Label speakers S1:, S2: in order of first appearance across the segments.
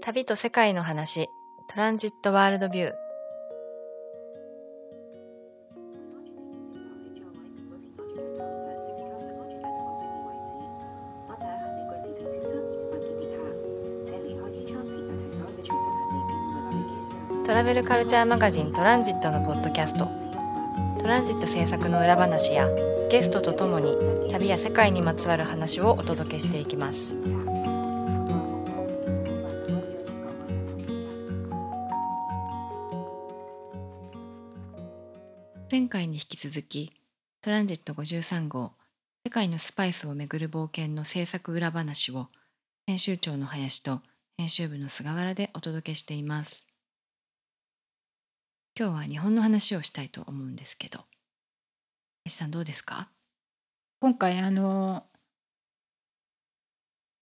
S1: 旅と世界の話トランジットワールドビュートラベルカルチャーマガジントランジットのポッドキャストトランジット制作の裏話やゲストとともに旅や世界にまつわる話をお届けしていきます前回に引き続きトランジット53号世界のスパイスをめぐる冒険の制作裏話を編集長の林と編集部の菅原でお届けしています今日は日本の話をしたいと思うんですけど林さんどうですか
S2: 今回あの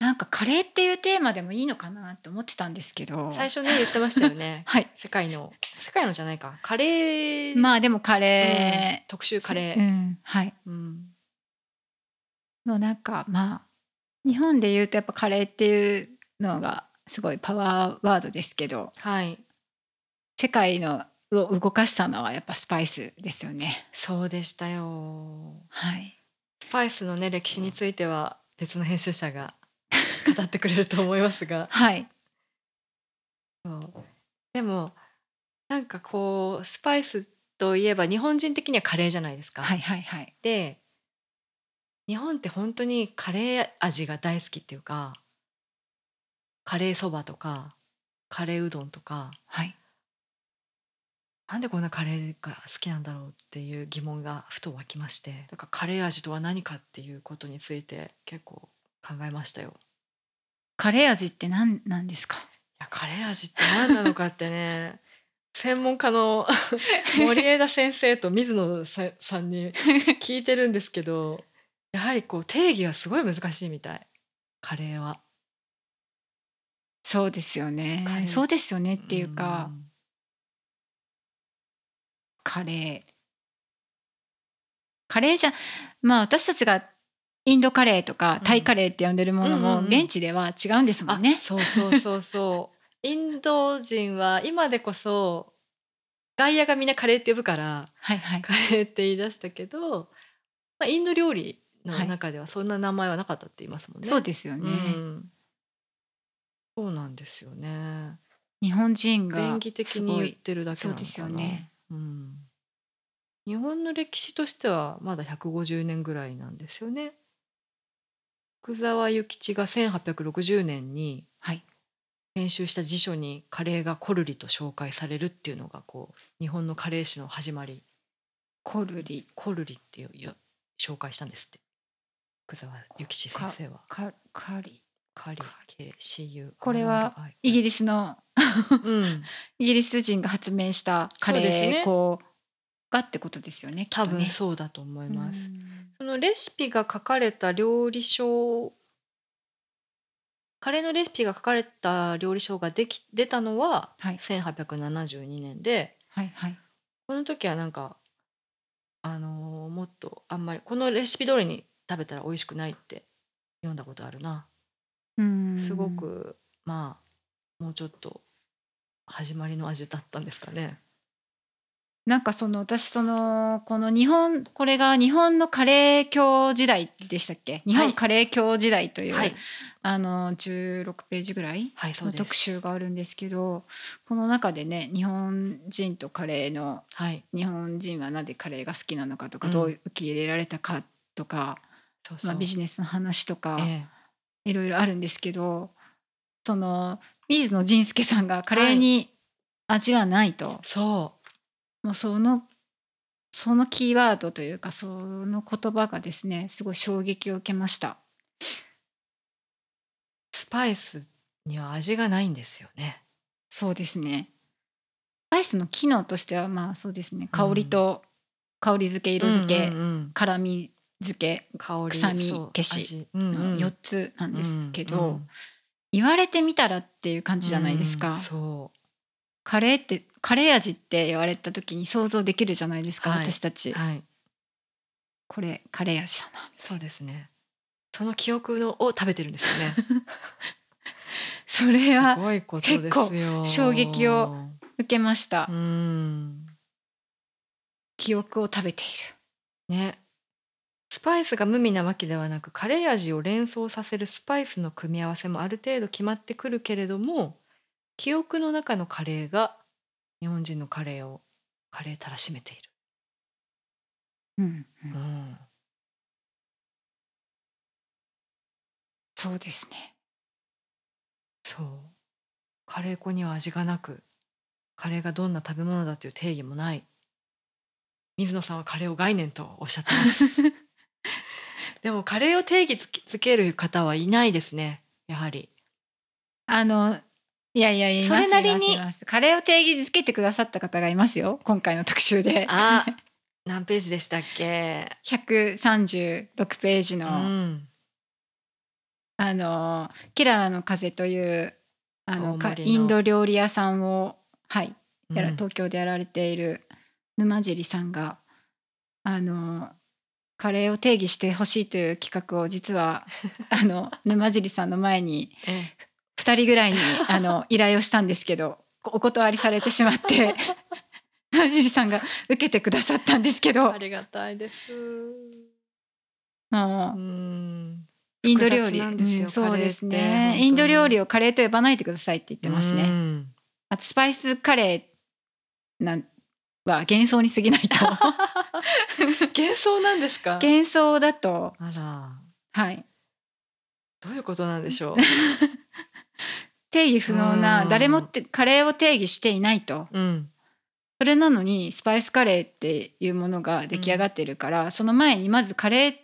S2: なんかカレーっていうテーマでもいいのかなって思ってたんですけど
S1: 最初ね言ってましたよね
S2: はい
S1: 世界の世界のじゃないかカレー、
S2: まあでもカ
S1: うん
S2: レ
S1: 特集
S2: ー、
S1: カレ
S2: う
S1: ー、
S2: ん、はい
S1: うん
S2: のなんかまあ日本で言うとやっぱカレーっていうのがすごいパワーワードですけど
S1: はい
S2: 世界のを動かしたのはやっぱスパイスですよね
S1: そうでしたよ
S2: はい
S1: スパイスのね歴史については別の編集者 が語ってくれると思いますが
S2: はい
S1: でもなんかこうスパイスといえば日本人的にはカレーじゃないですか。
S2: はいはいはい
S1: で日本って本当にカレー味が大好きっていうかカレーそばとかカレーうどんとか
S2: はい
S1: なんでこんなカレーが好きなんだろうっていう疑問がふと湧きましてだからカレー味とは何かっていうことについて結構考えましたよ。
S2: カレー味って何なんですか
S1: いやカレー味って何なのかってね 専門家 の森枝先生と水野ささんに聞いてるんですけどやはりこう定義がすごい難しいみたいカレーは。
S2: そうですよ
S1: カレ
S2: ね
S1: ー
S2: そうですよねっていうか
S1: ん
S2: カレーカレーじゃまあ私たちがインドカレーとか
S1: うん
S2: タイカレーって呼んでるもの
S1: うん
S2: も
S1: うんうん
S2: 現地では違うんですも
S1: あ
S2: んね。
S1: そうそうそうそう インド人は今でこそ外野がみんなカレーって呼ぶから
S2: はいは い
S1: カレーって言い出したけど、まあ、インド料理の中ではそんな名前はなかったって言いますもんね。
S2: そうですよね。
S1: うん、そうなんですよね。
S2: 日本人が
S1: 便宜的に言ってるだけ
S2: そ
S1: な
S2: う
S1: のか
S2: で
S1: な。
S2: すよね。
S1: うん。日本の歴史としてはまだ150年ぐらいなんですよね。福沢諭吉が1860年に
S2: はい
S1: 編集した辞書にカレーがコルリと紹介されるっていうのがこう日本のカレー史の始まり
S2: コルリ
S1: コルリっていうよ紹介したんですって福沢諭吉先生は
S2: カカリ
S1: カリ系 CU
S2: これはイギリスの
S1: うん、
S2: イギリス人が発明したカ
S1: そうです
S2: レ
S1: ね
S2: ー粉がってことですよね。きっ
S1: 多
S2: とね
S1: 分そうだと思います。
S2: うん
S1: そのレシピが書かれた料理書カレーのレシピが書かれた料理書ができ出たのは
S2: はい
S1: 1872年で
S2: はいはい
S1: この時はなんかあのーもっとあんまりこのレシピ通りに食べたら美味しくないって読んだことあるな。
S2: うん
S1: すごくまあもうちょっと始まりの味だったんですかね。
S2: なんかその私そのこの日本これが日本のカレー教時代でしたっけ日本カレー教時代という、
S1: はい、
S2: あの16ページぐらい
S1: はい、そう
S2: の
S1: です。
S2: 特集があるんですけどこの中でね日本人とカレーの
S1: はい、
S2: 日本人はなぜカレーが好きなのかとか、
S1: うん
S2: どう受け入れられたかとか、
S1: そうそう。
S2: まあ、ビジネスの話とか、
S1: ええ
S2: いろいろあるんですけどその水野仁介さんがカレーに味はないと。
S1: そう。
S2: もうそのそのキーワードというかその言葉がですねすごい衝撃を受けました
S1: スパイスには味がないんですよね。
S2: そうですねスパイスの機能としてはまあそうですね香りと香り付け色付け、
S1: うんうんうん
S2: 辛み付け、
S1: 香り、
S2: 臭み
S1: そう
S2: 消し
S1: 味うんうん
S2: 4つなんですけど、
S1: うんうん
S2: 言われてみたらっていう感じじゃないですか、
S1: うんそ
S2: カレーってカレー味って言われた時に想像できるじゃないですか、
S1: はい
S2: 私たち、
S1: う、はい、
S2: これカレー味だな
S1: そうですね。その記憶のを食べてるんですよね。
S2: それ
S1: す
S2: は
S1: ごいことですよ。
S2: 結構衝撃を。受けました、
S1: うん。
S2: 記憶を食べてい
S1: ね。スパイスが無味なわけではなくカレー味を連想させるスパイスの組み合わせもある程度決まってくるけれども記憶の中のカレーが日本人のカレーをカレーたらしめている。
S2: る、うんうん
S1: うん、
S2: そうですね
S1: そうカレー粉には味がなくカレーがどんな食べ物だという定義もない水野さんはカレーを概念とおっしゃってます でもカレーを定義つけつける方はいないですねやはり
S2: あのいやいやいやい
S1: そ
S2: ます
S1: れなりに
S2: いますいますカレーを定義づけてくださった方がいますよ今回の特集で
S1: あ 何ページでしたっけ
S2: 136ページ
S1: う
S2: の、
S1: ん
S2: あのケララの風というあのか
S1: 大盛りの
S2: インド料理屋さんをはいやら
S1: うん
S2: 東京でやられている沼尻さんがあのカレーを定義してほしいという企画を実は あの沼尻さんの前に
S1: え
S2: 2人ぐらいにあの依頼をしたんですけどお断りされてしまって 沼尻さんが受けてくださったんですけど
S1: ありがたいです
S2: もう
S1: うん
S2: インド料
S1: 複雑
S2: 理
S1: なんですよ
S2: うんそうです
S1: カレーって本
S2: ね
S1: 当に
S2: インド料理をカレーと呼ばないでくださいって言ってますね、
S1: うん
S2: あとスパイスカレーなんは幻想に過ぎないと
S1: 幻想なんですか
S2: 幻想だと
S1: あら
S2: はい
S1: どういうことなんでしょう
S2: 定義不能
S1: う
S2: なん誰もってカレーを定義していないと
S1: うん
S2: それなのにスパイスカレーっていうものが出来上がってるから、その前にまずカレー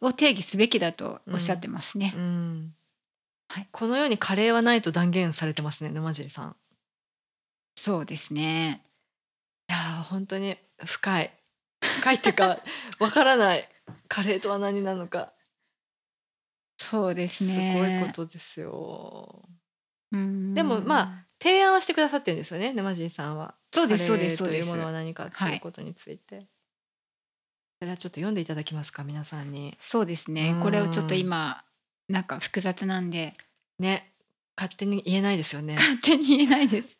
S2: を定義すべきだとおっしゃってますね、
S1: うん
S2: はい
S1: この世にカレーはないと断言されてますね沼尻さん。
S2: そうですね
S1: いやー本当に深い深いっていうか わからないカレーとは何なのか
S2: そうです
S1: すごい
S2: ね
S1: ことですよ。
S2: うん
S1: でもま提案はしてくださってるんですよね沼尻さんは。
S2: そうですそ
S1: カ
S2: う
S1: レ
S2: です
S1: ー
S2: そう
S1: とい
S2: で
S1: う
S2: す
S1: ものは何かということについて。それはちょっと読んでいただきますか皆さんに。
S2: そうですね
S1: うん
S2: これをちょっと今なんか複雑なんで
S1: ね勝手に言えないですよね。
S2: 勝手に言えないです。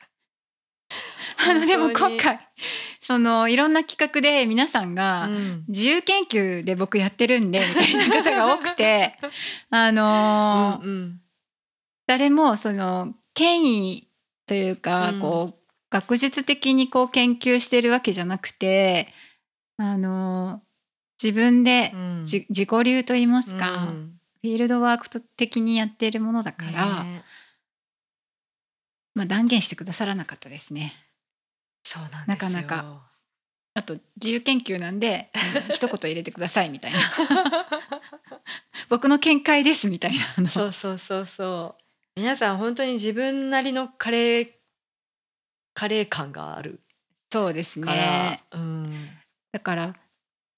S2: あ
S1: 本当
S2: の
S1: に
S2: でも今回そのいろんな企画で皆さんが、
S1: うん
S2: 自由研究で僕やってるんでみたいな方が多 くてあのー
S1: うんうん
S2: 誰もその権威という
S1: う
S2: か、
S1: ん
S2: こう学術的にこう研究してるわけじゃなくてあのー自分で、
S1: うん
S2: じ自己流と言いますか、
S1: う
S2: フ
S1: ん
S2: ィールドワークと的にやってるものだから、
S1: ね
S2: まあ、断言してくださらなかったですね。
S1: そうなんですよ。
S2: なかなかあと自由研究な んでうん一言入れてくださいみたいな 僕の見解ですみたいな あの
S1: そうそうそうそう。皆さん本当に自分なりのカレーカレー感がある
S2: そうです
S1: から、
S2: ね
S1: うん、
S2: だから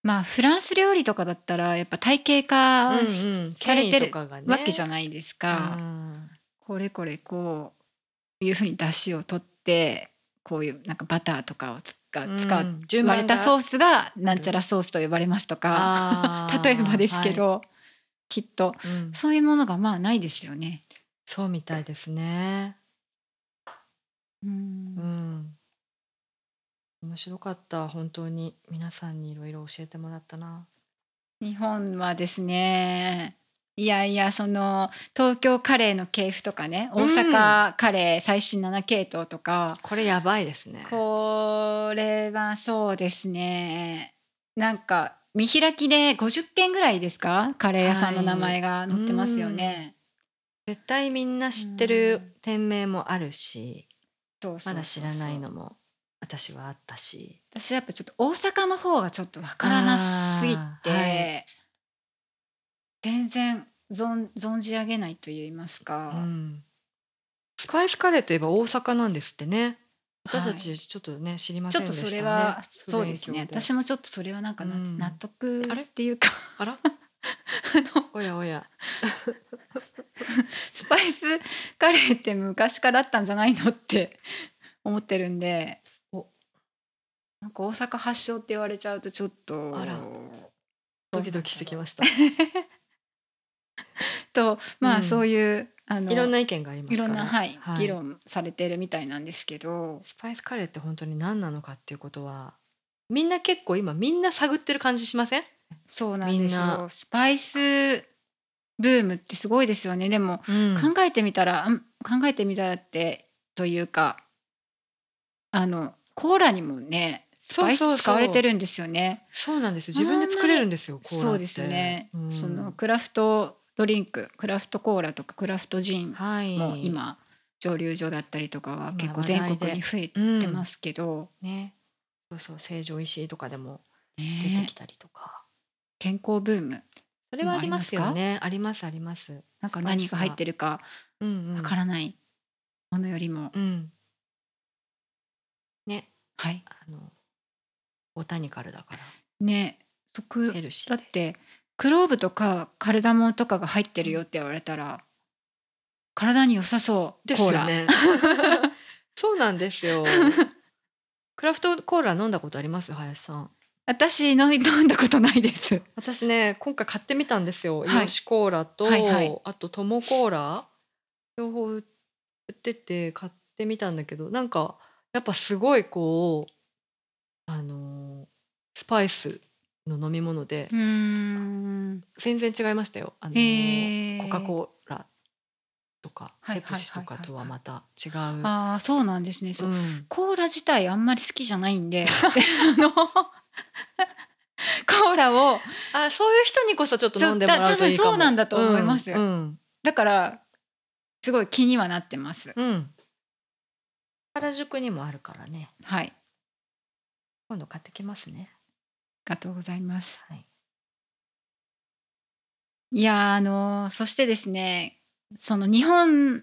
S2: まあフランス料理とかだったらやっぱ体系化し
S1: うんうん
S2: されてる
S1: 権威とかがね
S2: わけじゃないですか、
S1: うん
S2: これこれこういうふうに出汁を取ってこういうなんかバターとかをつか
S1: うん
S2: 使う
S1: 順
S2: われたソ
S1: ー
S2: ースがなんちゃらソースと呼ばれますとか
S1: が
S2: 例えばですけ、ど、きっと
S1: あーはいうん
S2: そういうものがまあないですよね。
S1: そうみたいですね。
S2: うん
S1: うん。面白かった本当に皆さんにいろいろ教えてもらったな。
S2: 日本はですねいやいやその東京カレーの系譜とかね
S1: うん
S2: 大阪カレー最新7系統とか、
S1: これやばいですね。
S2: これはそうですねなんか見開きで50軒ぐらいですかカレー屋さんの名前が載ってますよね。
S1: 絶対みんな知ってる店名もあるし。
S2: そうそうそうそう
S1: まだ知らないのも私はあったし
S2: 私はやっぱちょっと大阪の方がちょっとわからなすぎて、
S1: あー
S2: 全然存存じ上げないと言いますか。
S1: うんスパイスカレーといえば大阪なんですってね私たちちょっとね、知りませ
S2: ちょ
S1: ん
S2: っ
S1: で
S2: と
S1: したね
S2: それはそうですね
S1: 不勉強で
S2: 私もちょっとそれはなんかな
S1: うん
S2: 納得
S1: あれ
S2: っていうか
S1: あら おやおや
S2: スパイスカレーって昔からあったんじゃないのって 思ってるんで
S1: お
S2: なんか大阪発祥って言われちゃうとちょっと
S1: あらドキドキしてきました
S2: とまあ、
S1: うん
S2: そういうあの
S1: いろんな意見があります
S2: い
S1: から
S2: ろんな、はい
S1: はい
S2: 議論されてるみたいなんですけど
S1: スパイスカレーって本当に何なのかっていうことはみんな結構今みんな探ってる感じしません
S2: そうなんです
S1: みん
S2: よスパイスブームってすごいですよねでも、
S1: うん
S2: 考えてみたらあん考えてみたらってというかあのコーラにもねスパイス使われてるんですよね
S1: そうなんです自分で作れるんですよコーラって
S2: そうですね、
S1: うん
S2: そのクラフトドリンククラフトコーラとかクラフトジン
S1: はい
S2: も今、蒸留所だったりとかは結構
S1: 今話題で
S2: 全国に増え
S1: うん
S2: てますけど、
S1: ねそうそう成城石井とかでも出て
S2: ね
S1: きたりとか、
S2: 健康ブーム
S1: それはありますよねありますあります
S2: なんか何が入ってるか
S1: うんう
S2: わ
S1: ん
S2: からないものよりも、
S1: うん
S2: はい
S1: あのボタニカルだか
S2: ねそ
S1: ら
S2: く
S1: ヘルシ
S2: だ
S1: ー
S2: っ
S1: で
S2: てクローブとかカルダモンとかが入ってるよって言われたら体に良さそう
S1: で
S2: コ
S1: す
S2: ーラ
S1: よね そうなんです よクラフトコーラ飲んだことあります林さん
S2: 私飲み飲んだことないです
S1: 私ね今回買ってみたんですよ、
S2: はい
S1: イオシコーラと、
S2: はいはい
S1: あとトモコーラ両方売ってて買ってみたんだけどなんかやっぱすごいこうあのースパイスの飲み物で
S2: うん
S1: 全然違いましたよ、あの
S2: え
S1: ー
S2: ー
S1: コカ・コーラとか
S2: はいはい
S1: ペプシとかとはまた違う、
S2: ああそうなんですねそう、
S1: うん
S2: コーラ自体あんまり好きじゃないん であのコーラを
S1: あそういう人にこそちょっと飲んでもらうといいかも
S2: そう多分そうなんだと思います
S1: うんうん
S2: だからすごい気にはなってます
S1: うん。原宿にもあるからね。
S2: はい
S1: 今度買ってきますね。
S2: ありがとうございます
S1: はい。
S2: いやーあのーそしてですねその日本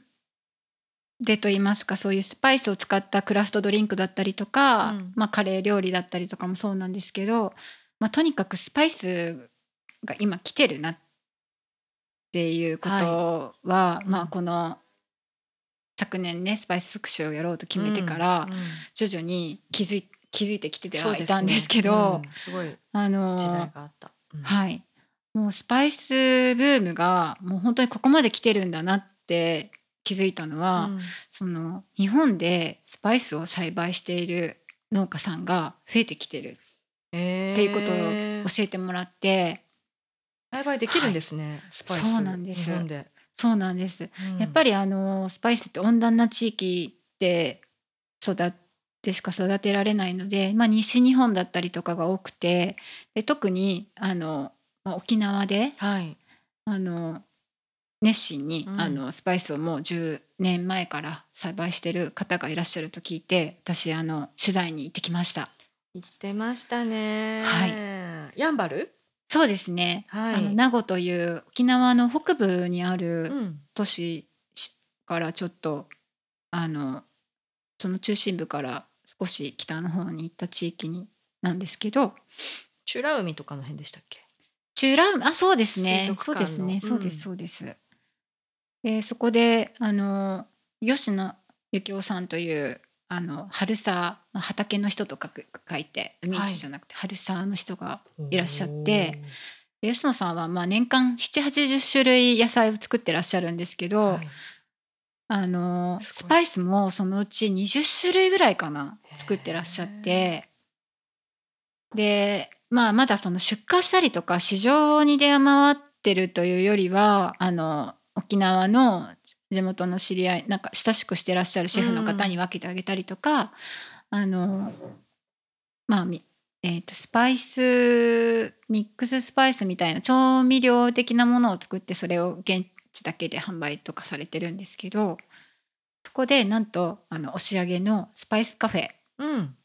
S2: でと言いますかそういうスパイスを使ったクラフトドリンクだったりとか、
S1: うん
S2: まあ、カレー料理だったりとかもそうなんですけど、まあ、とにかくスパイスが今来てるなっていうことは、
S1: い
S2: ま
S1: う
S2: あ、
S1: ん
S2: この昨年ねスパイス特集をやろうと決めてから
S1: うん、うん
S2: 徐々に気づい気づいてきてて
S1: そう
S2: は
S1: ですね
S2: いたんですけど
S1: うんすごい
S2: あのー
S1: 時代があった。うん
S2: はい、もうスパイスブームがもう本当にここまで来てるんだなって気づいたのは、
S1: うん
S2: その日本でスパイスを栽培している農家さんが増えてきてる
S1: えー
S2: っていうことを教えてもらって
S1: 栽培できるんですね。スパイス。
S2: そうなんです
S1: 日本で。
S2: そうなんです、やっ
S1: り
S2: ぱりあのスパイスって温暖な地域で育ってしか育てられないので、まあ、西日本だったりとかが多くてで特にあの、まあ、沖縄で
S1: はい。
S2: あの熱心に、
S1: うん
S2: あのスパイスをもう10年前から栽培してる方がいらっしゃると聞いて私あの取材に行ってきました
S1: 行ってましたね。い。ヤンバル？
S2: そうですね、
S1: は
S2: あの名護という沖縄の北部にあ
S1: う
S2: る
S1: ん。
S2: 都市からちょっとあのその中心部から少し北の方に行った地域になんですけど
S1: チュラ海とかの辺でしたっけ？
S2: 中ラウンあそうです
S1: 水
S2: ね
S1: 族
S2: そう
S1: 館の
S2: ですね
S1: うん
S2: そうですそうです、でそこであの吉野由紀夫さんというあの春沢まあ畑の人と書く書いて海
S1: はい
S2: 一じゃなくて春沢の人がいらっしゃってで吉野さんはまあ年間780種類野菜を作ってらっしゃるんですけど、
S1: おー。はい
S2: あの
S1: すごい
S2: スパイスもそのうち20種類ぐらいかな
S1: へー
S2: 作ってらっしゃってで、まあ、まだその出荷したりとか市場に出回ってるというよりはあの沖縄の地元の知り合いなんか親しくしてらっしゃるシェフの方に分けてあげたりとか、あのまあみえー、とスパイスミックススパイスみたいな調味料的なものを作ってそれを現地だけで販売とかされてるんですけどそこでなんとあの押上のスパイスカフェ
S1: うん。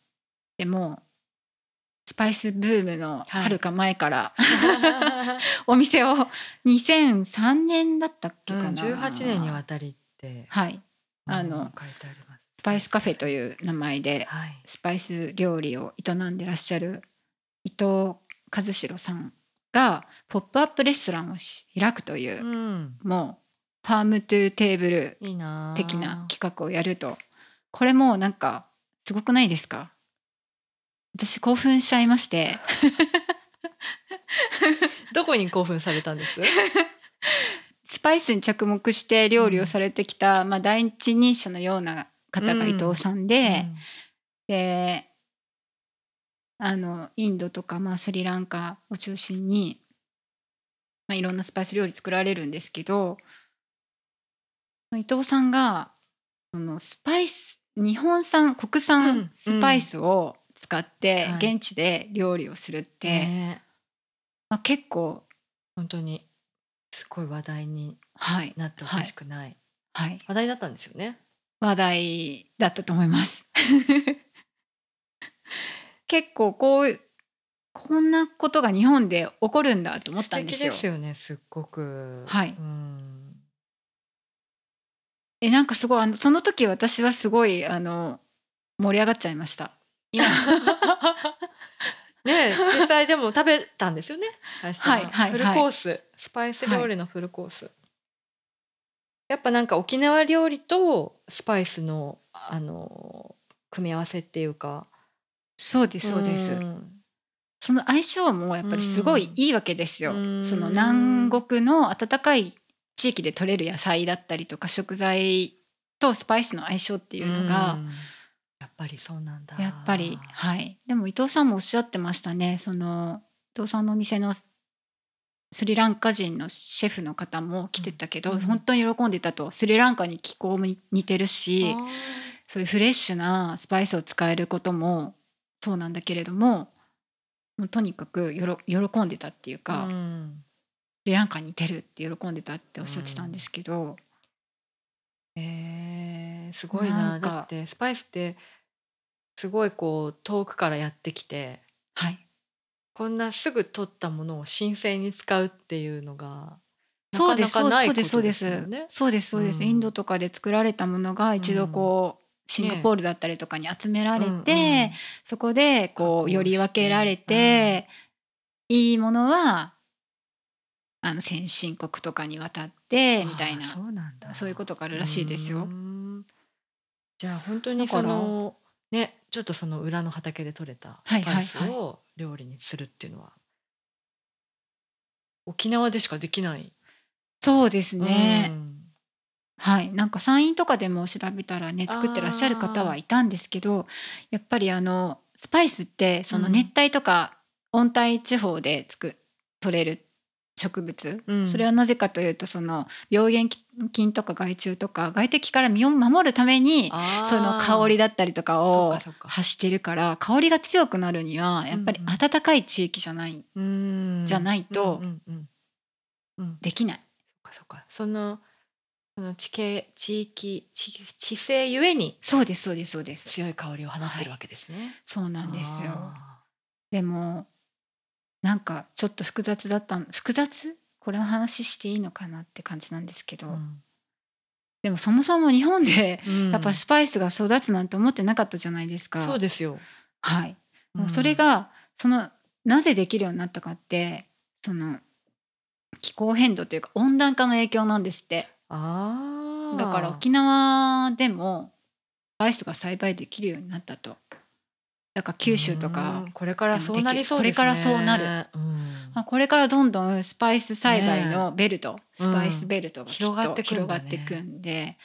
S2: でもスパイスブームのはるか前から、お店を2003年だったっけかな、
S1: 十八年にわたりって。
S2: はいあの
S1: うん書いてあります。
S2: スパイスカフェという名前で
S1: はい。
S2: スパイス料理を営んでらっしゃる伊藤和弘さんがポップアップレストランをし開くという、
S1: うん。
S2: もうファームトゥーテーブル
S1: いいなあ
S2: 的な企画をやるとこれもうなんかすごくないですか私興奮しちゃいまして
S1: どこに興奮されたんです
S2: ススパイスに着目して料理をされてきた、まあ、第一人者のような方が伊藤さんで、であのインドとか、まあ、スリランカを中心に、まあ、いろんなスパイス料理作られるんですけど伊藤さんがそのスパイス日本産国
S1: うんうん
S2: 産スパイスを使って
S1: はい
S2: 現地で料理をするって、
S1: ね
S2: まあ、結構
S1: 本当にすごい話題に
S2: はい、
S1: なってほしくない、
S2: はい、
S1: 話題だったんですよね。
S2: 話題だったと思います。 結構こうこんなことが日本で起こるんだと思っ
S1: 素
S2: たんで
S1: 敵
S2: す
S1: で
S2: よ。
S1: すよねすっごく。
S2: はい
S1: うん
S2: えなんかすごいあのその時私はすごいあの盛り上がっちゃいました。今
S1: ねえ実際でも食べたんですよね。林さん
S2: はいはい
S1: フルコース、スパイス料理のフルコース。やっぱなんか沖縄料理とスパイスのあの組み合わせっていうか。
S2: そうですそうです。
S1: ん
S2: その相性もやっぱりすごいいいわけですよ。
S1: うん
S2: その南国の暖かい地域で取れる野菜だったりとか食材とスパイスの相性っていうのが、
S1: うんやっぱりそうなんだ。
S2: やっぱりはいでも伊藤さんもおっしゃってましたねその伊藤さんのお店のスリランカ人のシェフの方も来てたけど、
S1: うん
S2: 本当に喜んでたとスリランカに気候も似てる
S1: あ
S2: し
S1: ー
S2: そういうフレッシュなスパイスを使えることもそうなんだけれどももうとにかくよろ喜んでたっていうか、
S1: う
S2: ス
S1: ん
S2: リランカに似てるって喜んでたっておっしゃってたんですけど、
S1: えー、すごいな
S2: なんか
S1: だってスパイスってすごいこう遠くからやってきて
S2: はい
S1: こんなすぐ取ったものを新鮮に使うっていうのがな
S2: そう
S1: か
S2: で
S1: な
S2: す
S1: かない
S2: そ
S1: こ
S2: う
S1: と
S2: で
S1: ですす
S2: そうです
S1: よね。
S2: そうですそうです、
S1: うん
S2: インドとかで作られたものが一度こう、シンガポールだったりとかに集められて、
S1: うん
S2: そこでこ
S1: 加工
S2: う
S1: して
S2: より分けられて、いいものはあの先進国とかに渡って
S1: うん
S2: みたいな
S1: あー
S2: そう
S1: うなんだ
S2: いうことがあるらしいですよ
S1: う。んじゃあ本当に
S2: だか
S1: そ
S2: ら
S1: のねちょっとその裏の畑で採れた
S2: はい
S1: ス
S2: はいは
S1: パ
S2: い
S1: イスを料理にするっていうのは沖縄でしかできない
S2: そうですね、
S1: うん
S2: はいなんか山陰とかでも調べたらね作ってらっしゃる方はいたんですけどやっぱりあのスパイスってその
S1: うん
S2: 熱帯とか温帯地方でつく取れる植物
S1: うん
S2: それはなぜかというとその病原菌とか害虫とか外敵から身を守るために
S1: あー
S2: その香りだったりとかを
S1: そっかそっか
S2: 発してるから香りが強くなるにはやっぱり
S1: うんうん
S2: 暖かい地域じゃないじ
S1: じ
S2: ゃない
S1: うん
S2: と
S1: うんうんうん、
S2: できない。
S1: そっかそっかそのその地形地域地地勢ゆえに
S2: そうですそうですそうです。
S1: 強い香りを放ってるわけですね。
S2: そうなんですよ。
S1: あ
S2: でもなんかちょっと複雑だったん複雑これの話していいのかなって感じなんですけど、
S1: ーうん
S2: でもそもそも日本で
S1: うん
S2: やっぱスパイスが育つなんて思ってなかったじゃないですか。
S1: そうですよ。
S2: はい。
S1: うん
S2: それがそのなぜできるようになったかってその気候変動というか温暖化の影響なんですって
S1: あー
S2: だから沖縄でもアイスが栽培できるようになったとだから九州とか
S1: うんこれからそうなりそうですね。
S2: これからそうなる
S1: うん
S2: まあこれからどんどんスパイス栽培のベルト、
S1: え
S2: スパイスベルトがきっ
S1: 広がっ
S2: と
S1: てくんだね
S2: 広がってくんで、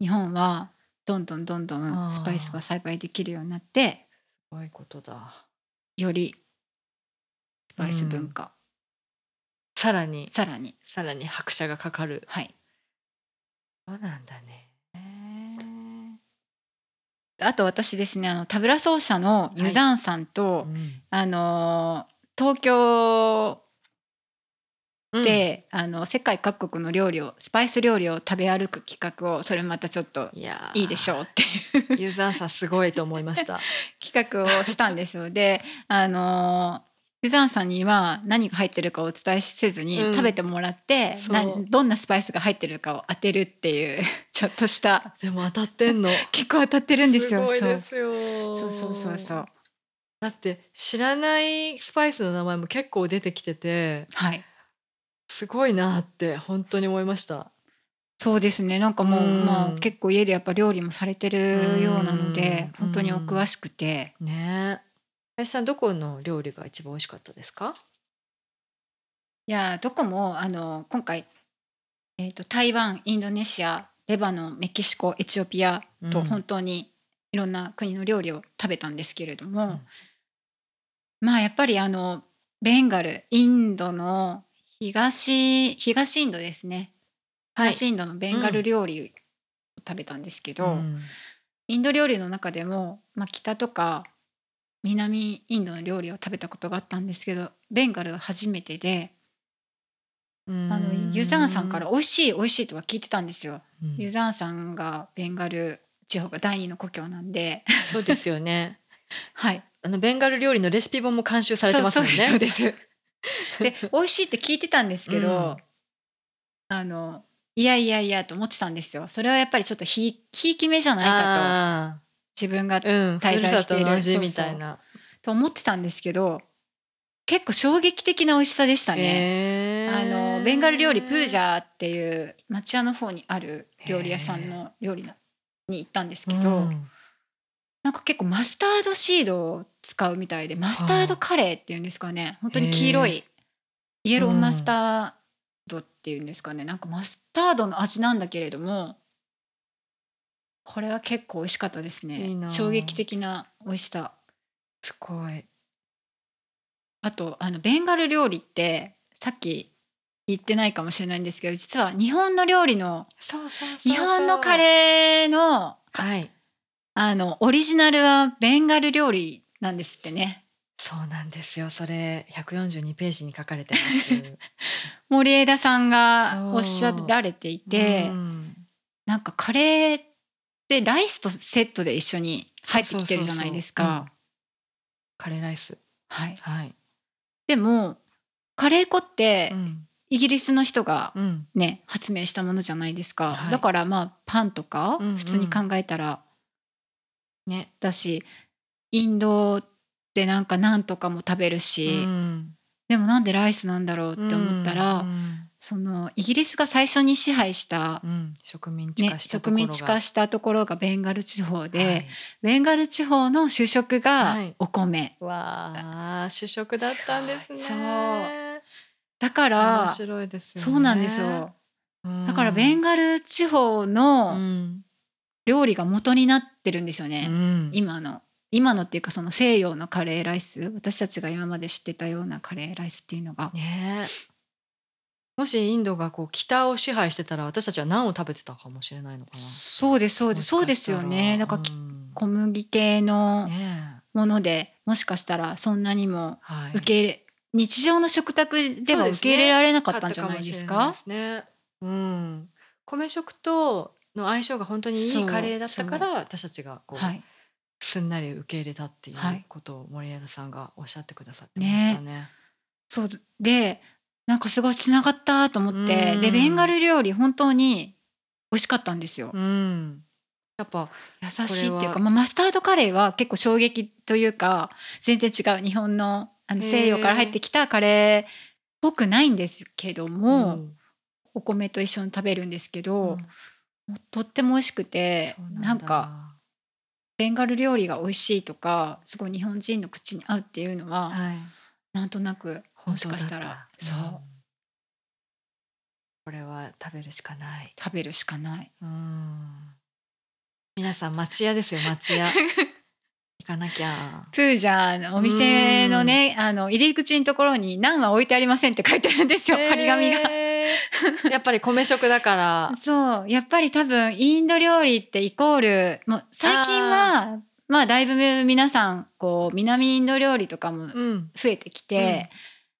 S2: 日本はどんどんどんど
S1: あー
S2: んスパイスが栽培できるようになって
S1: すごいことだ。
S2: よりスパイス文化、
S1: さらに
S2: さらに
S1: さらに拍車がかかる。
S2: はい
S1: そうなんだね。
S2: あと私ですねあのタブラ奏者のユダンさんと、
S1: うん
S2: あのー東京で、あの世界各国の料理をスパイス料理を食べ歩く企画をそれまたちょっと
S1: いやー
S2: いいでしょうってい う
S1: ユーザーさんすごいと思いました。
S2: 企画をしたんですよであのーユザンさんには何が入ってるかお伝えせずに、
S1: うん
S2: 食べてもらって
S1: そう
S2: などんなスパイスが入ってるかを当てるっていう ちょっとした
S1: でも当たってんの。
S2: 結 構当たってるんですよ。
S1: ごいです
S2: そ
S1: よ。
S2: うそうそうそうそう。
S1: だって知らないスパイスの名前も結構出てきてて、
S2: はい
S1: すごいなって本当に思いました。
S2: そうですねなんかもう、
S1: うん
S2: まあ、結構家でやっぱ料理もされてるようなので、
S1: うん
S2: 本当にお詳しくて、
S1: ねえ。林さんどこの料理が一番美味しかったですか？
S2: いやどこもあの今回えー、と台湾インドネシアレバノンメキシコエチオピア
S1: う
S2: と
S1: ん
S2: 本当にいろんな国の料理を食べたんですけれども、
S1: うん
S2: まあやっぱりあのベンガルインドの東東インドですね、
S1: はい
S2: 東インドのベンガル料理を食べたんですけど、
S1: うん
S2: インド料理の中でも、まあ、北とか南インドの料理を食べたことがあったんですけどベンガルは初めてであのユザーンさんから、美味しい美味しいとは聞いてたんですよ。
S1: うん
S2: ユザーンさんがベンガル地方が第二の故郷なんで、
S1: そうですよね
S2: はい、
S1: あのベンガル料理のレシピ本も監修されてますもんね
S2: そうそうですそうです。で美味しいって聞いてたんですけど、
S1: うん
S2: あのいやいやいやと思ってたんですよ。それはやっぱりちょっとひひいき目じゃないかと
S1: あ
S2: 自分が
S1: ーうん
S2: 滞在している
S1: ふるさとの味みたいな
S2: と思ってたんですけど結構衝撃的な美味しさでしたね。
S1: へ
S2: あ
S1: ー
S2: のベンガル料理プージャーっていう町屋の方にある料理屋さんの料理なに行ったんですけど、
S1: うん
S2: なんか結構マスタードシードを使うみたいでマスタードカレーっていうんですかね本当に黄色いイエローマスタードっていうんですかね、なんかマスタードの味なんだけれどもこれは結構美味しかったですね
S1: いいなあ
S2: 衝撃的な美味しさ
S1: すごい
S2: あとあのベンガル料理ってさっき言ってないかもしれないんですけど実は日本の料理の
S1: そうそうそうそう
S2: 日本のカレーの
S1: はい
S2: あのオリジナルはベンガル料理なんですってね
S1: そうなんですよそれ142ページに書かれて ます
S2: 森枝さんが
S1: そう
S2: おっしゃられていて、
S1: うん
S2: なんかカレーってライスとセットで一緒に入ってきてるじゃないです
S1: そうそうそう
S2: か
S1: そう。カレーライス
S2: はい、
S1: はい、
S2: でもカレー粉って
S1: うん
S2: イギリスの人が
S1: うん、
S2: ね発明したものじゃないですか、
S1: はい
S2: だからまあパンとか
S1: うんうん
S2: 普通に考えたら
S1: ね、
S2: だし、インドでなんかナンとかも食べるし、
S1: うん
S2: でもなんでライスなんだろうって思ったら、
S1: うん
S2: そのイギリスが最初に支配した、
S1: うん植民地
S2: ね
S1: 化、したところ
S2: 植
S1: が、
S2: 民地化したところがベンガル地方で、
S1: はい
S2: ベンガル地方の主食が
S1: はい
S2: お米、
S1: わあ主食だったんですね
S2: そうだか
S1: 面
S2: ら、
S1: 白いですよね
S2: そうなんですよ
S1: うん
S2: だからベンガル地方
S1: う
S2: の
S1: ん
S2: 料理が元になってるんですよ
S1: う
S2: ね、
S1: ん
S2: 今の今のっていうかその西洋のカレーライス私たちが今まで知ってたようなカレーライスっていうのが、
S1: ねもしインドがこう北を支配してたら私たちは何を食べてたかもしれないのかな
S2: そうですそうですそうですよねだから、
S1: うん
S2: 小麦系の
S1: ね
S2: ものでもしかしたらそんなにも
S1: はい、
S2: 受け入れ日常の食卓
S1: そ
S2: で
S1: う
S2: は
S1: で
S2: 受
S1: す
S2: け
S1: ね
S2: 入れられなかったんじゃないです
S1: あ
S2: か
S1: ったかもしれないですねうん、米食との相性が本当にい
S2: そう
S1: いカレーだったから私たちがこう、
S2: はい
S1: すんなり受け入れたってい
S2: はいう
S1: ことを森枝さんがおっしゃってくださってましたね。
S2: そうでなんかすごいつながったと思って
S1: うん
S2: でベンガル料理本当に美味しかったんですよ
S1: うん、やっぱ
S2: 優しいっていう
S1: これ
S2: か、
S1: は
S2: まあ、マスタードカレーは結構衝撃というか全然違う日本のあの
S1: へー
S2: 西洋から入ってきたカレーっぽくないんですけども、
S1: ん
S2: お米と一緒に食べるんですけ
S1: う
S2: ど、
S1: ん
S2: とっても美味しくて
S1: そう
S2: なん
S1: だ
S2: かベンガル料理が美味しいとかすごい日本人の口に合うっていうのは、
S1: はい、
S2: なんとなくもしかした
S1: 本
S2: ら
S1: 当
S2: そ
S1: だった
S2: うん
S1: これは食べるしかない。
S2: 食べるしかない。
S1: うん、皆さん町屋ですよ町 屋行かなきゃ。
S2: プージャーのお店のねあの入り口のところに「何は置いてありません」って書いてあるんですよ、張り紙が。
S1: えー やっぱり米食だから
S2: そうやっぱり多分インド料理ってイコールもう最近はまあだいぶ皆さんこう南インド料理とかも
S1: うん
S2: 増えてきて、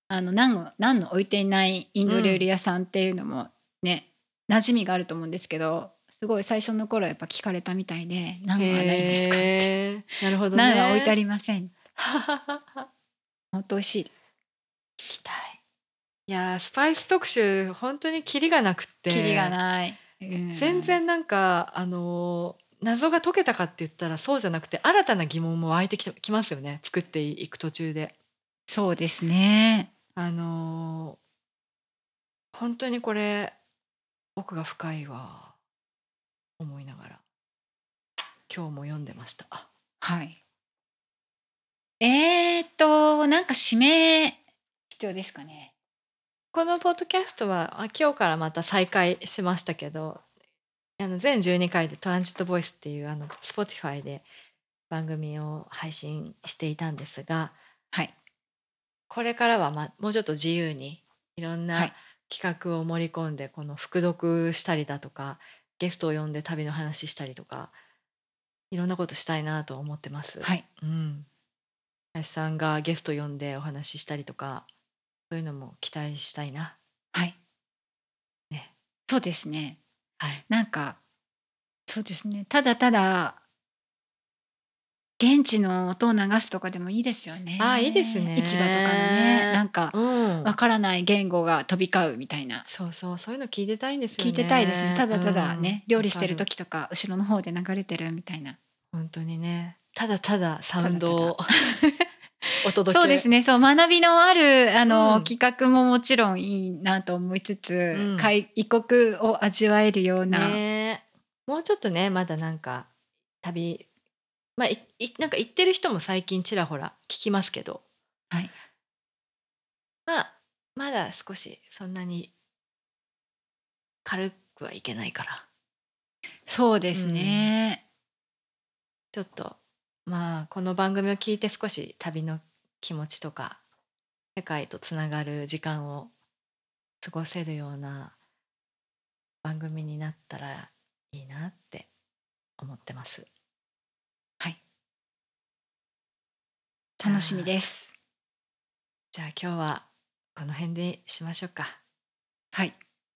S2: あの何の何の置いていないインド料理屋さんっていうのもね、馴染みがあると思うんですけどすごい最初の頃はやっぱ聞かれたみたいで「何はないですか?」って
S1: へーなるほ
S2: 「
S1: どね
S2: 何は置いてあ
S1: り
S2: りま せん」本当美味しい
S1: きたいいやースパイス特集本当にキリがなくって
S2: キリがない、うん
S1: 全然なんかあのー謎が解けたかって言ったらそうじゃなくて新たな疑問も湧いてきてきますよね作っていく途中で。
S2: そうですね
S1: あのー本当にこれ奥が深いわ思いながら今日も読んでました。あ
S2: はいえー、っとなんか指名必要ですかね
S1: このポッドキャストはあ今日からまた再開しましたけどあの全12回で「トランジット・ボイス」っていうあの Spotify で番組を配信していたんですが
S2: はい
S1: これからは、ま、もうちょっと自由にいろん
S2: は
S1: ない企画を盛り込んで、この復読したりだとかゲストを呼んで旅の話したりとかいろんなことしたいなと思ってます。
S2: はい
S1: うん、林さんがゲスト呼んでお話ししたりとかそういうのも期待したいな。
S2: はい、
S1: ね
S2: そうですね
S1: はい、
S2: なんかそうですねただただ現地の音を流すとかでもいいですよね
S1: あいいですね
S2: 市場とかのねなんか
S1: うん
S2: わからない言語が飛び交うみたいな
S1: そうそうそういうの聞いてたいんですよね。
S2: 聞いてたいですねただただね、
S1: うん
S2: 料理してる
S1: わか
S2: 時とか後ろの方で流れてるみたいな
S1: 本当にねただただサウンドを お届け
S2: そうですねそう学びのあるあの、
S1: うん
S2: 企画ももちろんいいなと思いつつ、
S1: うん
S2: 海異国を味わえるような、
S1: ねもうちょっとねまだなんか旅まあいいなんか行ってる人も最近ちらほら聞きますけど、
S2: はい
S1: まあまだ少しそんなに軽くはいけないから
S2: そうですね、
S1: ちょっとまあこの番組を聞いて少し旅の気持ちとか世界とつながる時間を過ごせるような番組になったらいいなって思ってます。
S2: 楽しみです
S1: じゃあ今日はこの辺でしましょうか。
S2: はい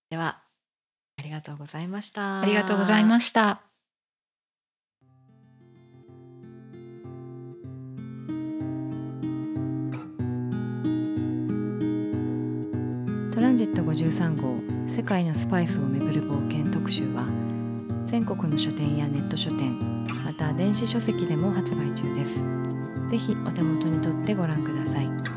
S1: ではありがとうございました。
S2: ありがとうございました
S1: トランジット53号世界のスパイスをめぐる冒険特集は全国の書店やネット書店また電子書籍でも発売中ですぜひお手元に取ってご覧ください